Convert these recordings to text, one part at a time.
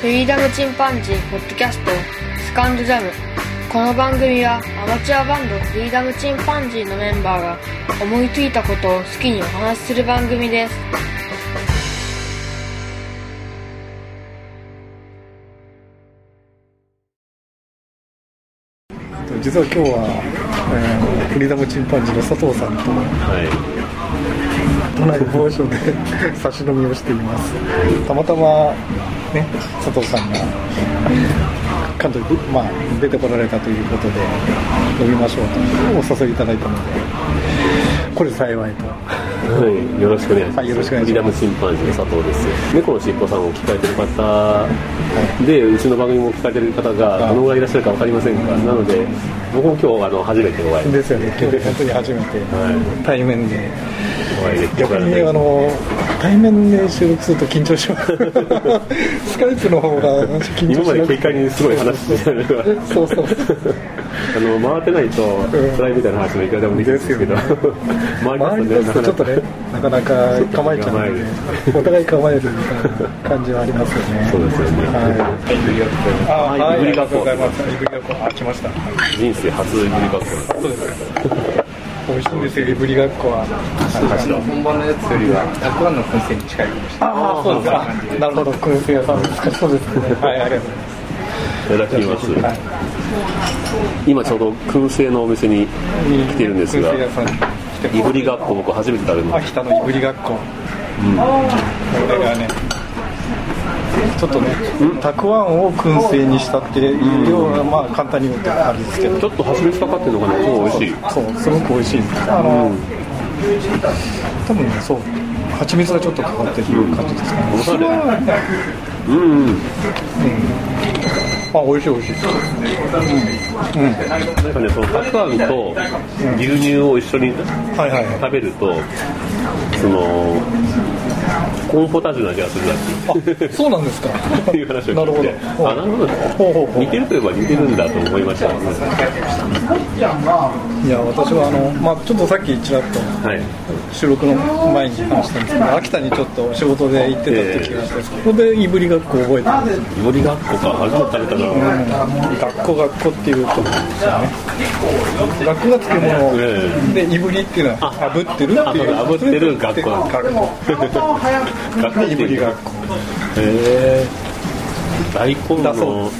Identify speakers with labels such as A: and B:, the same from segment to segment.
A: フリーダムチンパンジーポッドキャストスカンドジャムこの番組はアマチュアバンドフリーダムチンパンジーのメンバーが思いついたことを好きにお話しする番組です
B: 実は今日は、えーフリーダムチンパンジーの佐藤さんと
C: はい、
B: 都内某所で 差し飲みをしていますたまたまね佐藤さんが関東に、まあ、出てこられたということで飲みましょうとお誘いいただいたのでこれ幸いと
C: はい、よろしくお願いします。
B: はいよろしくお願いします
C: フリーダムチンパンジーの佐藤です。猫のしっぽさんを聞かれてる方で、うちの番組も聞かれてる方がどのぐらいいらっしゃるかわかりませんが、なので僕も今日あの初めてお会い。
B: ですよ ね今日本当に初めて
C: は
B: 対面で
C: い、お会いできて
B: 逆にあの対面で収録すると緊張し ますスカイプの方が緊張し
C: 今
B: な
C: まで
B: くて
C: 警戒にすごい話してたのが、
B: そうそう
C: あの回ってないとプライみたいな話もいくらでもできるんですけど、
B: です周
C: 周
B: り
C: り
B: 出
C: ですす
B: と
C: と
B: ちょっとねなかなか構えちゃう
C: ちょっ
B: のでお互い構えるみたいな感じはありますよ ね
C: そうですよね。
B: はい
C: あ
B: あ
C: はい、グリ学校、
B: すいぶりがっこあ来ました
C: 人生初グリ学校です。
B: そうです美味しいんですよいぶりがっこは
D: 本番のやつよりはたくあんの燻製に近いかもしれない
B: ああそうですかなるほど燻製屋さんですかそうですねはいありがとうござい
C: いただきます、
B: はい
C: 今ちょうど燻製のお店に
B: ます
C: 来てるんですが
B: 燻製屋さんに来て
C: い
B: ま
C: ぶりがっこ僕初めて食べます
B: 秋田のいぶりがっこ、これがねちょっとねたくあんを燻製にしたっていうような、まあ簡単に言うとあれですけど
C: ちょっと蜂蜜かかってるのかなすごい美味しい
B: そうすごく美味しいですあの、多分ねそう蜂蜜がちょっとかかってる感じですかね、
C: おしゃれうんうん
B: あ美味しい美味しい
C: なんかねそのたくあんと牛乳を一緒に
B: はいはいはい
C: 食べるとそのコーンポタージュの味がするらし
B: あそうなん ですか
C: いっていう話を
B: なる
C: 聞
B: ほ
C: い
B: ど
C: てあなるほど
B: ほうほうほう
C: 似てるといえば似てるんだと思いましたはい
B: や私はあの、まあ、ちょっとさっきちらっと
C: い
B: 収録の前に話したんですけど秋田にちょっと仕事で行ってた時があって、そこでいぶりがっこ覚えたんですよ
C: いぶりがっこか初めて食べた な
B: 学校学校っていうとですよね学校が漬物でいぶりっていうのは炙ってる
C: あ
B: って
C: そう
B: いう
C: だ炙ってる学校
B: 学校
C: がっこ
B: いぶりがっこ
C: へえ大根
B: だ
C: の
B: そ
C: ね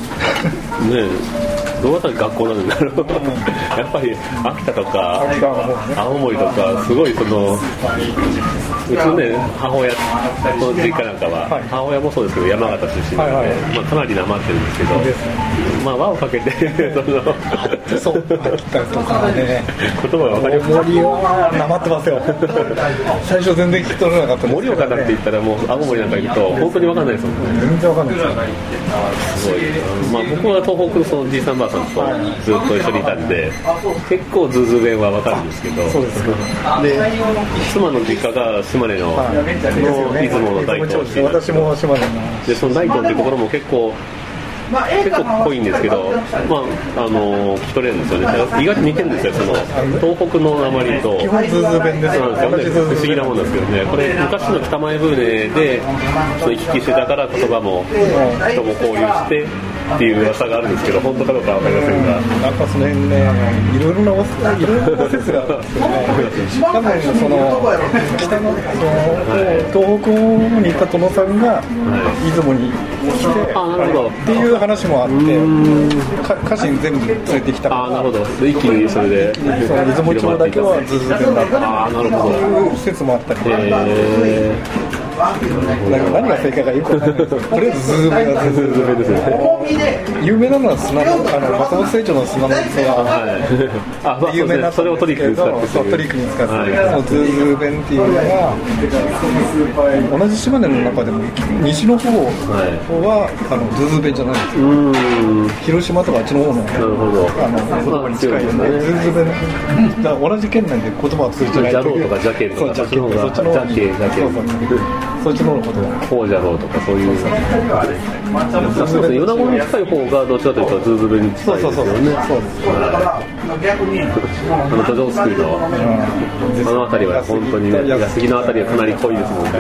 C: えどうやったら学校なんだろうやっぱり秋田とか
B: 秋田の方ね
C: 青森とかすごいそのうちのね母親の実家なんかは、
B: はい
C: 母親もそうですけど山形出身なので、
B: はいは
C: まあ、かなりなまってるんですけど
B: です
C: まあ輪をかけて そ の
B: そう秋田とかね
C: 言葉が分かり
B: 大
C: ます
B: 森はなまってますよ最初全然聞き取れなかった
C: 盛岡なんて言ったらもう青森なんか行くと本当に分かんないですもんね
B: 全然わかんないですよ
C: すごい、まあ、僕は東北のそのじいさんばあさんとずっと一緒にいたんで結構ズーズー弁は分かるんですけど
B: そうです
C: 妻の実家が島根の,、
B: はい
C: の出雲の大根っていう
B: 私も島根の
C: でその大根ってところも結構結構濃いんですけど、まあ、あの聞き取れるんですよね意外と似てるんですよその東北の鉛と
B: 基本ズーズー弁です
C: そう
B: よ
C: なん
B: 同
C: で
B: じズ
C: す
B: ーズー
C: よね、不思議なもんですけどね、これ、昔の北前船で、その行き来してたから、言葉も、人も交流してっていう噂があるんですけど、本当かどうかわかりませんが、
B: なんかその辺ね、いろいろなおいろいろな説があるんですけどね、多分その北のその東北の方に行った殿さんが出雲に来て、
C: あなるほ
B: っ
C: ど
B: ていう話もあって、か家臣全部連れてきたか
C: ああ、な
B: ら、
C: るほど、で一気にそれで、
B: その出雲町だけはずっと全だったっ
C: ああ、なるほ
B: て
C: ど。
B: いう説もあったりとか、
C: え
B: なんか何が正解かよくわかんないですけど、とりあえずズームがズーズー
C: ー、ですね。
B: 有名なのは砂の、あの松本清張の砂の器が。
C: はい。あ、まあ、
B: 有
C: そうで
B: 名
C: す
B: な
C: ね。それをトリックに使って
B: そうトリックに使って、
C: は
B: そのズーズー弁っていうのが同じ島根の中でも西の方は、あのズーズー弁じゃないんですよ
C: い。うーん、な
B: 広島とかあっちの方の
C: るほど。
B: あの言葉に近いよね
C: まあ強いで
B: ズーズー弁
C: すね
B: だから同じ県内で言葉は通じて
C: ジ
B: ない
C: ャロ
B: いう
C: ーとかジャケン
B: そ
C: と
B: う
C: か、
B: ジ
C: そ
B: ャ
C: っ
B: ケ
C: ち
B: ンそっちの方
C: の方が、ジャ
B: に
C: ケン、ジャケ
B: そうそうそっちの方の言葉
C: こうじゃろうとかそういう。あそうですね。米子に近い方がどちらかというとズーズルに近
B: そ
C: い
B: う
C: です
B: そ
C: よ
B: う
C: ね。
B: そうそうです
C: あの土壌作りのあの辺りは本当にね、安杉の辺りはかなり濃いですもんね。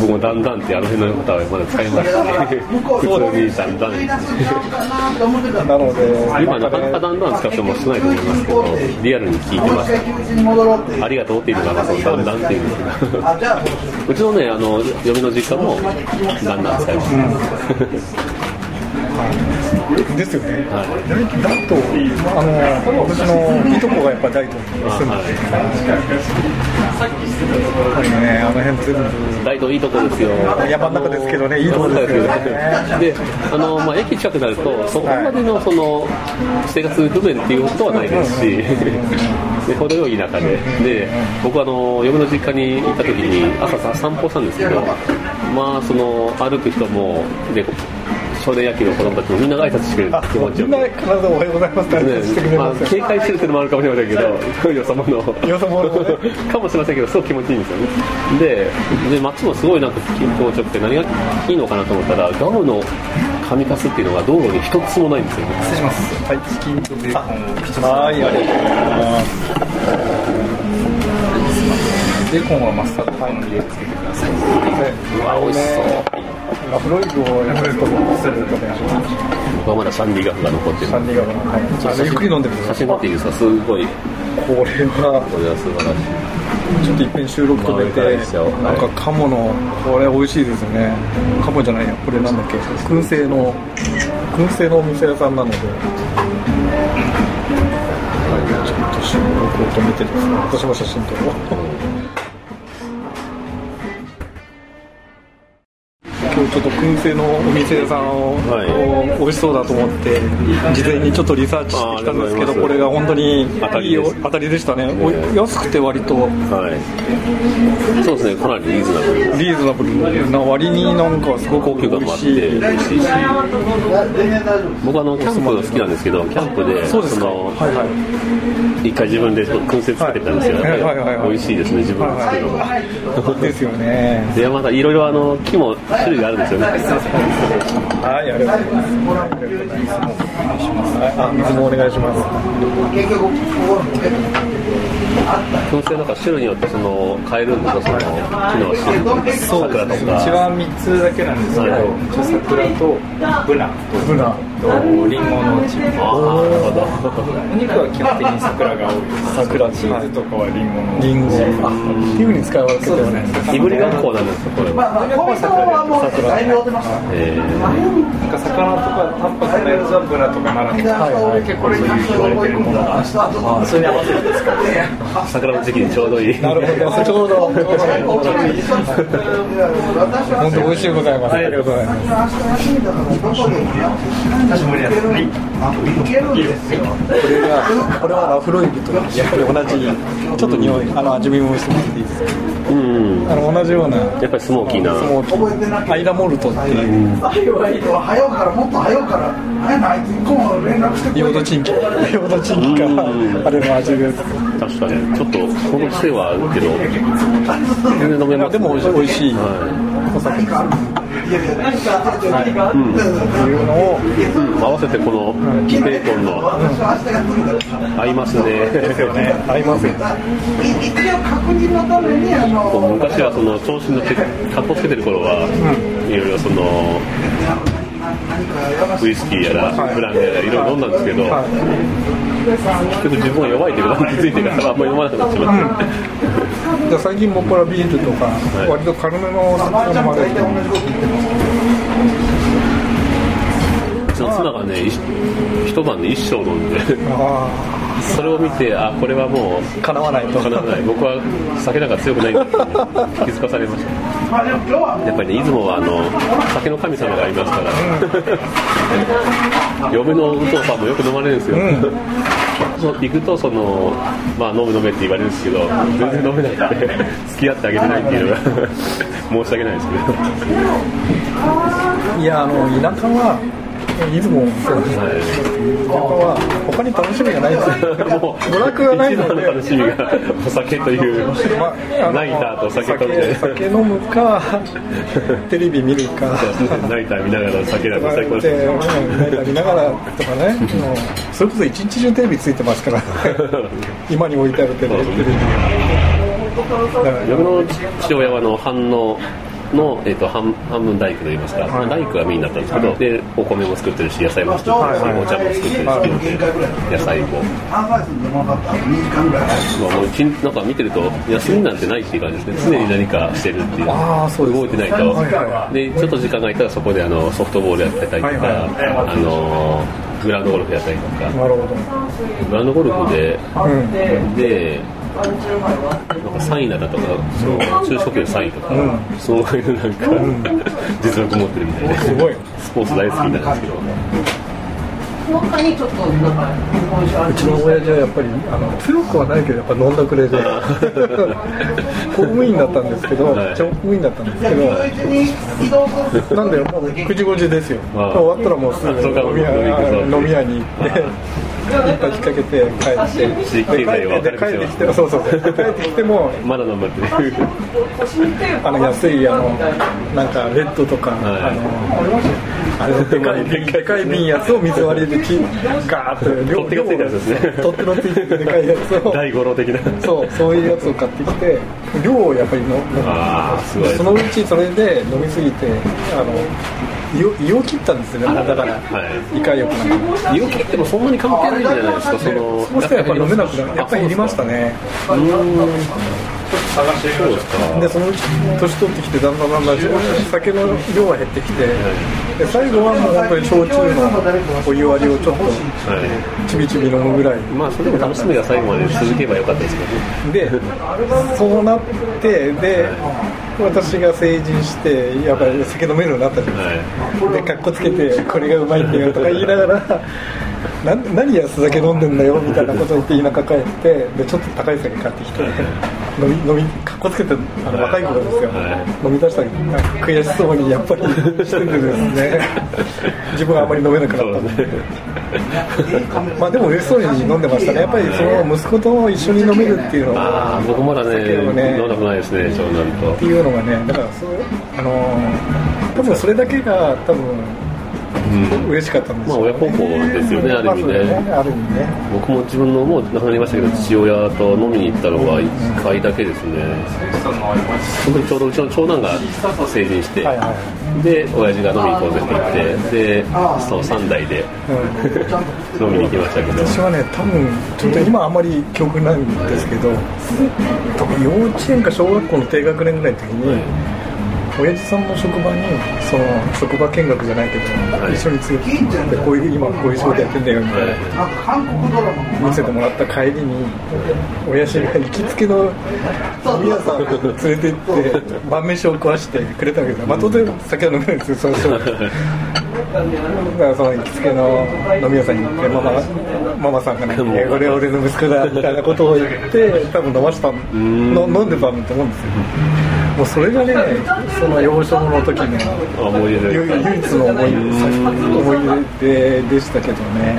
C: 僕もだんだんってあの辺の方はまだ使いますね普通にだんだん
B: なので、
C: 今なかなかだんだん使っても少ないと思いますけどリアルに聞いてましたありがとうっていうのがそのだんだんっていうんですけどうちのねあの嫁の実家もだんだん使います、
B: ですよね。
C: はい
B: だと、あの、私のいとこがやっぱ大東に住んでて、やっぱりね、あの辺全部、
C: 大東いいとこですよ
B: 山の中ですけどねいいとこですよね
C: であの、まあ、駅近くなるとそこまでのその生活不便っていうことはないですしで程よい田舎でで僕あの嫁の実家に行った時に朝さ散歩したんですけどまあその歩く人もで少年野球の子供たちもみんなが挨拶してくれる
B: あ
C: 気持ち
B: み
C: よ
B: ん
C: く
B: な体おはようございますって話してく
C: ね
B: れ
C: まあ
B: ますよ、
C: 警戒してるっていうのもあるかもしれませんけど、よさもの、
B: よそ者をね
C: かもしれませんけど、すごく気持ちいいんですよね、で、で街もすごいなんか気持ちよくて、何がいいのかなと思ったら、ガムの紙かすっていうのが道路に一つもないんですよね、
D: 失礼しますはいチキンとベーコンを一つ
B: はい、ありがとうございます。
D: ベーコンはマスタードパンに入れつけてください
C: わ、美味しそう、
B: ラフロイグをやるとするとね、
C: 僕はまだシャンディガフが残ってる
B: シャンディガーの、はい、あのゆっくり飲んでくだ
C: 写
B: さい。
C: 真撮っていいですか、すごい、
B: これは、
C: これは素晴らしい。
B: ちょっといっぺん収録止め
C: まあ上からいいですよ
B: て、なんか鴨の、これ美味しいですよね。鴨じゃないや、これなんだっけ、燻製の、燻製のお店屋さんなので。はい、ちょっと収録を止めてですね、私も写真撮ろう。今日ちょっと燻製のお店屋さんを、
C: は
B: 美味しそうだと思って事前にちょっとリサーチしてきたんですけ
C: あーありがとうござ
B: どこれ
C: います
B: が本当に
C: 当た
B: いい
C: り
B: よ
C: です
B: 当たりでしたねお安くて割と
C: はい、そうですね、かなりリーズナブル、
B: リーズナブルな割になんかすごく
C: 高級
B: 美味
C: 感もあって、
B: しい
C: 美味しいし、僕あの、キャンプが好きなんですけど、キャンプで、
B: そうですか
C: の
B: はいはい
C: 一回自分で燻製作ってみたんですよ、
B: はいはいはいはい
C: 美味しいですね自分で作るのも、
B: ですよね
C: でまたいろいろあの木も種類があるんですよね
B: はいありがとうございますありがとうございますはいあ水もお願いします
C: 燻製なんか種類によってその変えるんですよその木の種類とか桜と
D: うち
C: か
D: は3つだけなんですけど、
C: はい
D: 一応桜とブナと
B: ブナ
D: リンゴのチップ
C: ああなるほ
D: お
C: ど
D: 肉は基本的に桜が多いですチー
B: 桜
D: ズとかはリンゴの
B: リンゴあっていうふうに使い分けて
D: そうです
B: る
D: ね
B: ね
C: いぶりがっこうなんですよこれは、え
D: なんか魚とかタンパクのやつはブナとかナラとか、
B: はいはい
D: 結構そういう言われてるものがそれに合わせるんですか
C: ー、桜の時期にちょうどいい
B: なるほどちょうど本 当美味しいございますありがとうございますこれがこれはラフロイグとやっぱり同じちょっと匂いあの味見もしてもらっていいですか
C: うん
B: あの同じようなス
C: やっぱりスモーキーな
B: モーキーアイラモルトっていうヨードチンキヨードチンキ
C: うん
B: かあれの味です
C: 確かにちょっとこの癖はあるけど全然飲めます、
B: でも美味しい美味しい
C: は
B: お酒って
C: いうん
B: いうのを
C: うん合わせてこのベーコンの合いますね
B: 合いますよね
C: 昔はその調子のって格好つけてる頃はいろいろそのウイスキーやらブランデーやらいろいろ飲んだんですけど結局自分は弱いということに気づいてからあんまり飲まなくなっちまって
B: じゃあ最近もっぱらビールとか
C: い
B: 割と軽めのお酒もある
C: うちの妻がね一一晩で一升飲んで
B: あ
C: それを見てあこれはもう
B: あかなわないと
C: かなわない僕は酒なんか強くないんだって気づかされましたやっぱりね出雲はあの酒の神様がいますから、嫁の武藤さんもよく飲まれるんですよ、そう行くとその、まあ、飲む飲めって言われるんですけど全然飲めないんで付き合ってあげてないっていうのが申し訳ないですけど
B: いやあの田舎は出雲もそうですね田舎は他に楽しみがないんですよ
C: はい、もう
B: 娯楽がない
C: 一
B: の
C: 番の
B: で
C: 楽しみがお酒という
B: まあの
C: ナイターとお酒とみたい な
B: 酒飲むかテレビ見るか
C: ナイター見ながら酒なんて最高
B: っ
C: で
B: て
C: すね
B: ナイター見ながらとかねもうそれこそ一日中テレビついてます から今に置いてあるテレビテレビ
C: 僕の父親はあの飯能の、えっと半半分大工といいますか、まあ大工はメインだったんですけど、でお米も作ってるし野菜も作ってるし、
B: はいはい
C: お茶も作ってるし、野菜も、
E: 半回戦でもかった2時間ぐらい
C: まあ、もう一日なんか見てると休みなんてないっていう感じですね常に何かしてるっていう
B: ああそうです
C: 動いてないと、
B: はいはいは
C: でちょっと時間が空いたらそこであのソフトボールやってたりとか、
B: はいは
C: あのグラウンドゴルフやったりとか
B: なるほど。
C: グラウンドゴルフで
B: うん。
C: でなんか3位ならとかその中小級3位とか、そういうなんか、実力持ってるみたいです
B: ごい
C: スポーツ大好きなんですけど
F: 中にちょっとなんか日本酒ある
B: うちの親父はやっぱりあの強くはないけどやっぱ飲んだくれで公務員だったんですけど
C: はい
B: 一応公務員だったんですけど
E: 移動する
B: なんだよもう9時5時ですよ
C: ああ
B: 終わったらもうすぐ
C: あそうか
B: 飲み屋
C: 飲みに行くぞ
B: 飲み屋に行っていっぱい引っ掛けて帰って
C: 地域経済を分か
B: で帰っ
C: る
B: てき
C: 店
B: て
C: は
B: そうそうそう帰ってきても
C: まだ飲むっていう
B: あの安いあのなんかレッドとか、
C: い
B: あのあれのでかい瓶でかい瓶やつを水割りできガーッと
C: 取っ手がついたやつですね
B: 取っ手のついてるでかいやつを
C: 大五郎的な
B: そうそういうやつを買ってきて量をやっぱり飲む
C: ああすごい
B: そのうちそれで飲みすぎてあの胃を胃を切ったんですよねだから
C: は
B: 胃潰瘍かなんか
C: い、切ってもそんなに関係ないんじゃないですか、そ
B: そ
C: の、
B: したらやっぱ飲めなくなるやっぱり減りましたね
C: そうですか、
B: でそのうち年取ってきてだんだんだんだん酒の量は減ってきてで最後はもう本当に焼酎のお湯割りをちょっと
C: は
B: ちびちび飲むぐらい
C: い、まあ、それでも楽しみが最後まで続けばよかったですけどね、
B: でそうなってで私が成人してやっぱり酒飲めるようになったじゃないですか
C: は
B: でかっこつけてこれがうまいってよとか言いながらな何安酒飲んでんだよみたいなことを言って田舎帰ってでちょっと高い酒買ってきて飲み飲みかっこつけてあの若い頃ですよ
C: は
B: 飲み出したら悔しそうにやっぱりしててですね自分はあまり飲めなくなったんでまあでも嬉しそうに飲んでましたねやっぱりその息子と一緒に飲めるっていうの
C: い、あ
B: は
C: あ、僕まだ
B: 酒を
C: ね、
B: ね
C: 飲んだことないですね、長男と
B: って。いうのがねだからそうあの多分それだけが多分
C: うん
B: 嬉しかったんですよ、ね
C: まあ親孝行ですよねある意味ね
B: まあそうだある意味ね
C: 僕も自分のもう亡くなりましたけど父親と飲みに行ったのは1回だけですねその時ちょうどうちの長男が成人して、
B: はいはい
C: で親父が飲みに行こうぜって言ってでそう3代で飲みに行きましたけど
B: 私はね多分ちょっと今あんまり記憶ないんですけど多分幼稚園か小学校の低学年ぐらいの時に親父さんの職場にその職場見学じゃないけど、
C: い
B: 一緒に連れてってこういう今こういう仕事やってんだよみたいな、
E: なんか韓国ドラマ
B: 見せてもらった帰りに親父が行きつけの飲み屋さんに連れて行って晩飯を食わしてくれたわけですよ、まあ、当然酒は飲めないんですよその人はだからその行きつけの飲み屋さんに行ってママママさんがね「いやこれは俺の息子だ」みたいなことを言って多分飲ましたのの飲んでたんだと思うんですよもうそれがねその幼少の時の
C: あ思い出
B: 唯
C: で
B: 唯一の思い出思い出でしたけどね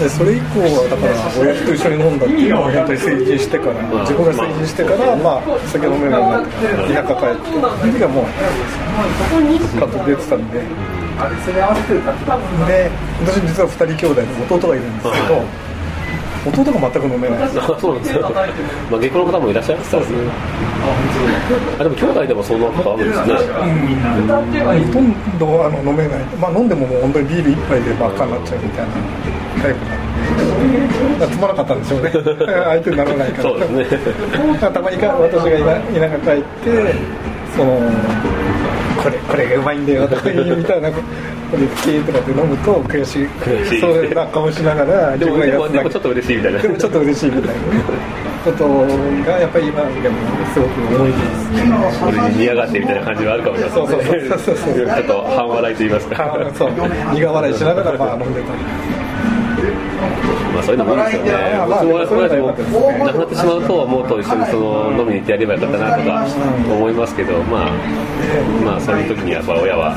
B: でそれ以降はだから親父と一緒に飲んだっていうのは本当に成人してから自分が成人してからまあ酒飲めるようになってから田舎帰ってその時はもうカット出てたんでで私実は2人兄弟の弟がいるんですけど弟が全く飲めない
C: あそうなんですよ、まあ、下校の方もいらっしゃいますからねあでも兄弟でもそんなことあるんですね
B: ほとんどあの飲めない、まあ、飲んでももう本当にビール一杯で真っ赤になっちゃうみたいなタイプなんで、だからつまらなかったんでしょ うね、相手にならないから、
C: そうですね
B: だからたまにか私が田田舎帰って、そのこれこれがうまいんだよとかいうみたいな、これ、キーとかで飲むと悔しい、
C: しい
B: そうな顔しながら、
C: でも
B: が
C: で
B: や
C: も
B: つ
C: で
B: だ
C: も
B: け
C: ちょっと嬉しいみたいな
B: でもちょっと嬉しいみたいなことが、やっぱり今でもすごく 思い出です。
C: 俺に似やがってみたいな感じはあるかもしれないですね
B: そうそうそうそう
C: ちょっと半笑いと言いますか
B: あそう苦笑いしながらまあ飲んでた
C: まあそういうのもいいですよね。僕も親父も亡くなってしまうと思うと一緒にその飲みに行ってやればよかったなとか思いますけど、まあまあそういう時にやっぱ親 は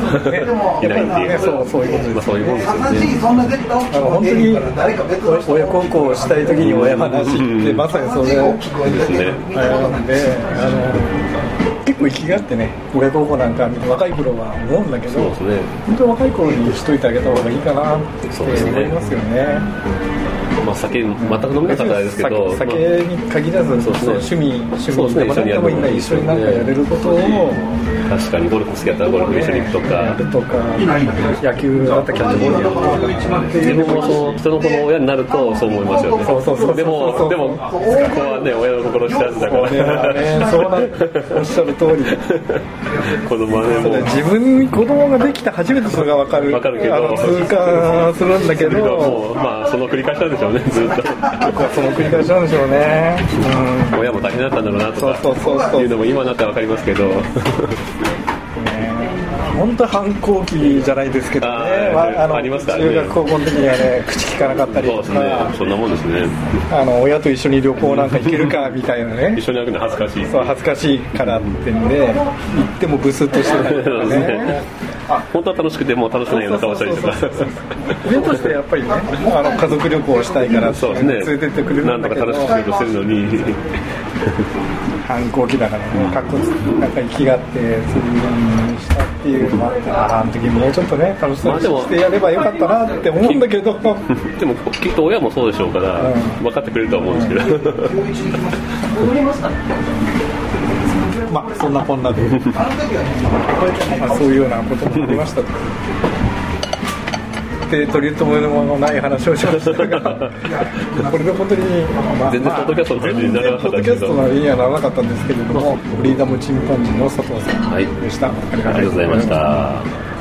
C: いないっていう
B: ねそうそういうことです
C: まあそういうもんですよ
E: 悲し
C: ね。
E: いそんな絶対
B: あの本当に
E: 誰か別の人
B: 親孝行したい時に親話ってまさにそれを
C: ですね。
B: なんであ結構粋があってね親孝行なんか若い頃は思うんだけど
C: そうですね
B: 本当に若い頃にしといてあげた方がいいかなって
C: そうですね
B: 思いますよね
C: まあ、酒全く飲めなかったですけど、
B: 酒酒に限らず、
C: そうです
B: そう趣
C: ね
B: 味趣
C: そう
B: 味
C: です
B: でもな
C: ね
B: んでもいいんだ一緒になんかやれることを
C: まあ確かにゴルフ好きだったらゴルフ一緒に行くと
B: や
C: か、
B: るとか野球だったらキャッチボールやるとか
C: 自分もその人の子の親になるとそう思いますよね。
B: そうそうそうそう
C: でも、でも、ここはね、親の心知らずだか
B: これはね
C: ら、
B: そうなんおっしゃる通り
C: 子供はね、
B: そうだ
C: もう
B: よ。自分に子供ができて初めてそれが分かる
C: 分かるけど
B: あの痛感するんだけ
C: それは
B: ど
C: もうまあその繰り返しなんでしょうねずっ
B: 結構その繰り返しなんでしょうね、
C: と親も大変だったんだろうなと
B: そ
C: か
B: うそうそうそう
C: いうのも今になったら分かりますけど
B: うんね本当反抗期じゃないですけどね
C: あー
B: わの
C: ありますからね
B: 中学高校の時にはね口聞かなかったり
C: そう
B: と
C: です
B: か、
C: ねそんなもんですね
B: あの親と一緒に旅行なんか行けるかみたいなね
C: 一緒に歩くの恥ずかしい
B: そう恥ずかしいからってんで行ってもブスッとしてたりと
C: そう
B: か
C: です
B: ね
C: ね本当は楽しくても楽しくないような顔したりとか
B: そうそうそうそう親としてやっぱりねあの家族旅行をしたいからって
C: そう
B: い
C: で
B: う
C: す
B: の
C: ね
B: で連れてってくれる
C: なん
B: ん
C: と
B: だ
C: か
B: け
C: 楽
B: ど
C: しくしようとしてるのに
B: 反抗期だからねかっこつなんか息があってそういうにしたっていうのもあってあーあの時もうちょっとね楽しそうに
C: まあでも
B: してやればよかったなって思うんだけ ど
C: でもきっと親もそうでしょうから
B: うん
C: 分かってくれるとは思うんですけど
F: 戻りますかね
B: まあそんなこんなで、まあ、そういうようなこともありましたで取り留めもない話をしました がこれで本当に、まあ
C: 全然ポッドキャストの感 じにならなか
B: ポッ
C: っ
B: ド
C: たで
B: キャ
C: すけ
B: ス
C: ど
B: トのにはならなかったんですけれどもフリーダムチンパンジーの佐藤さんでした、あり
C: ありがとうございました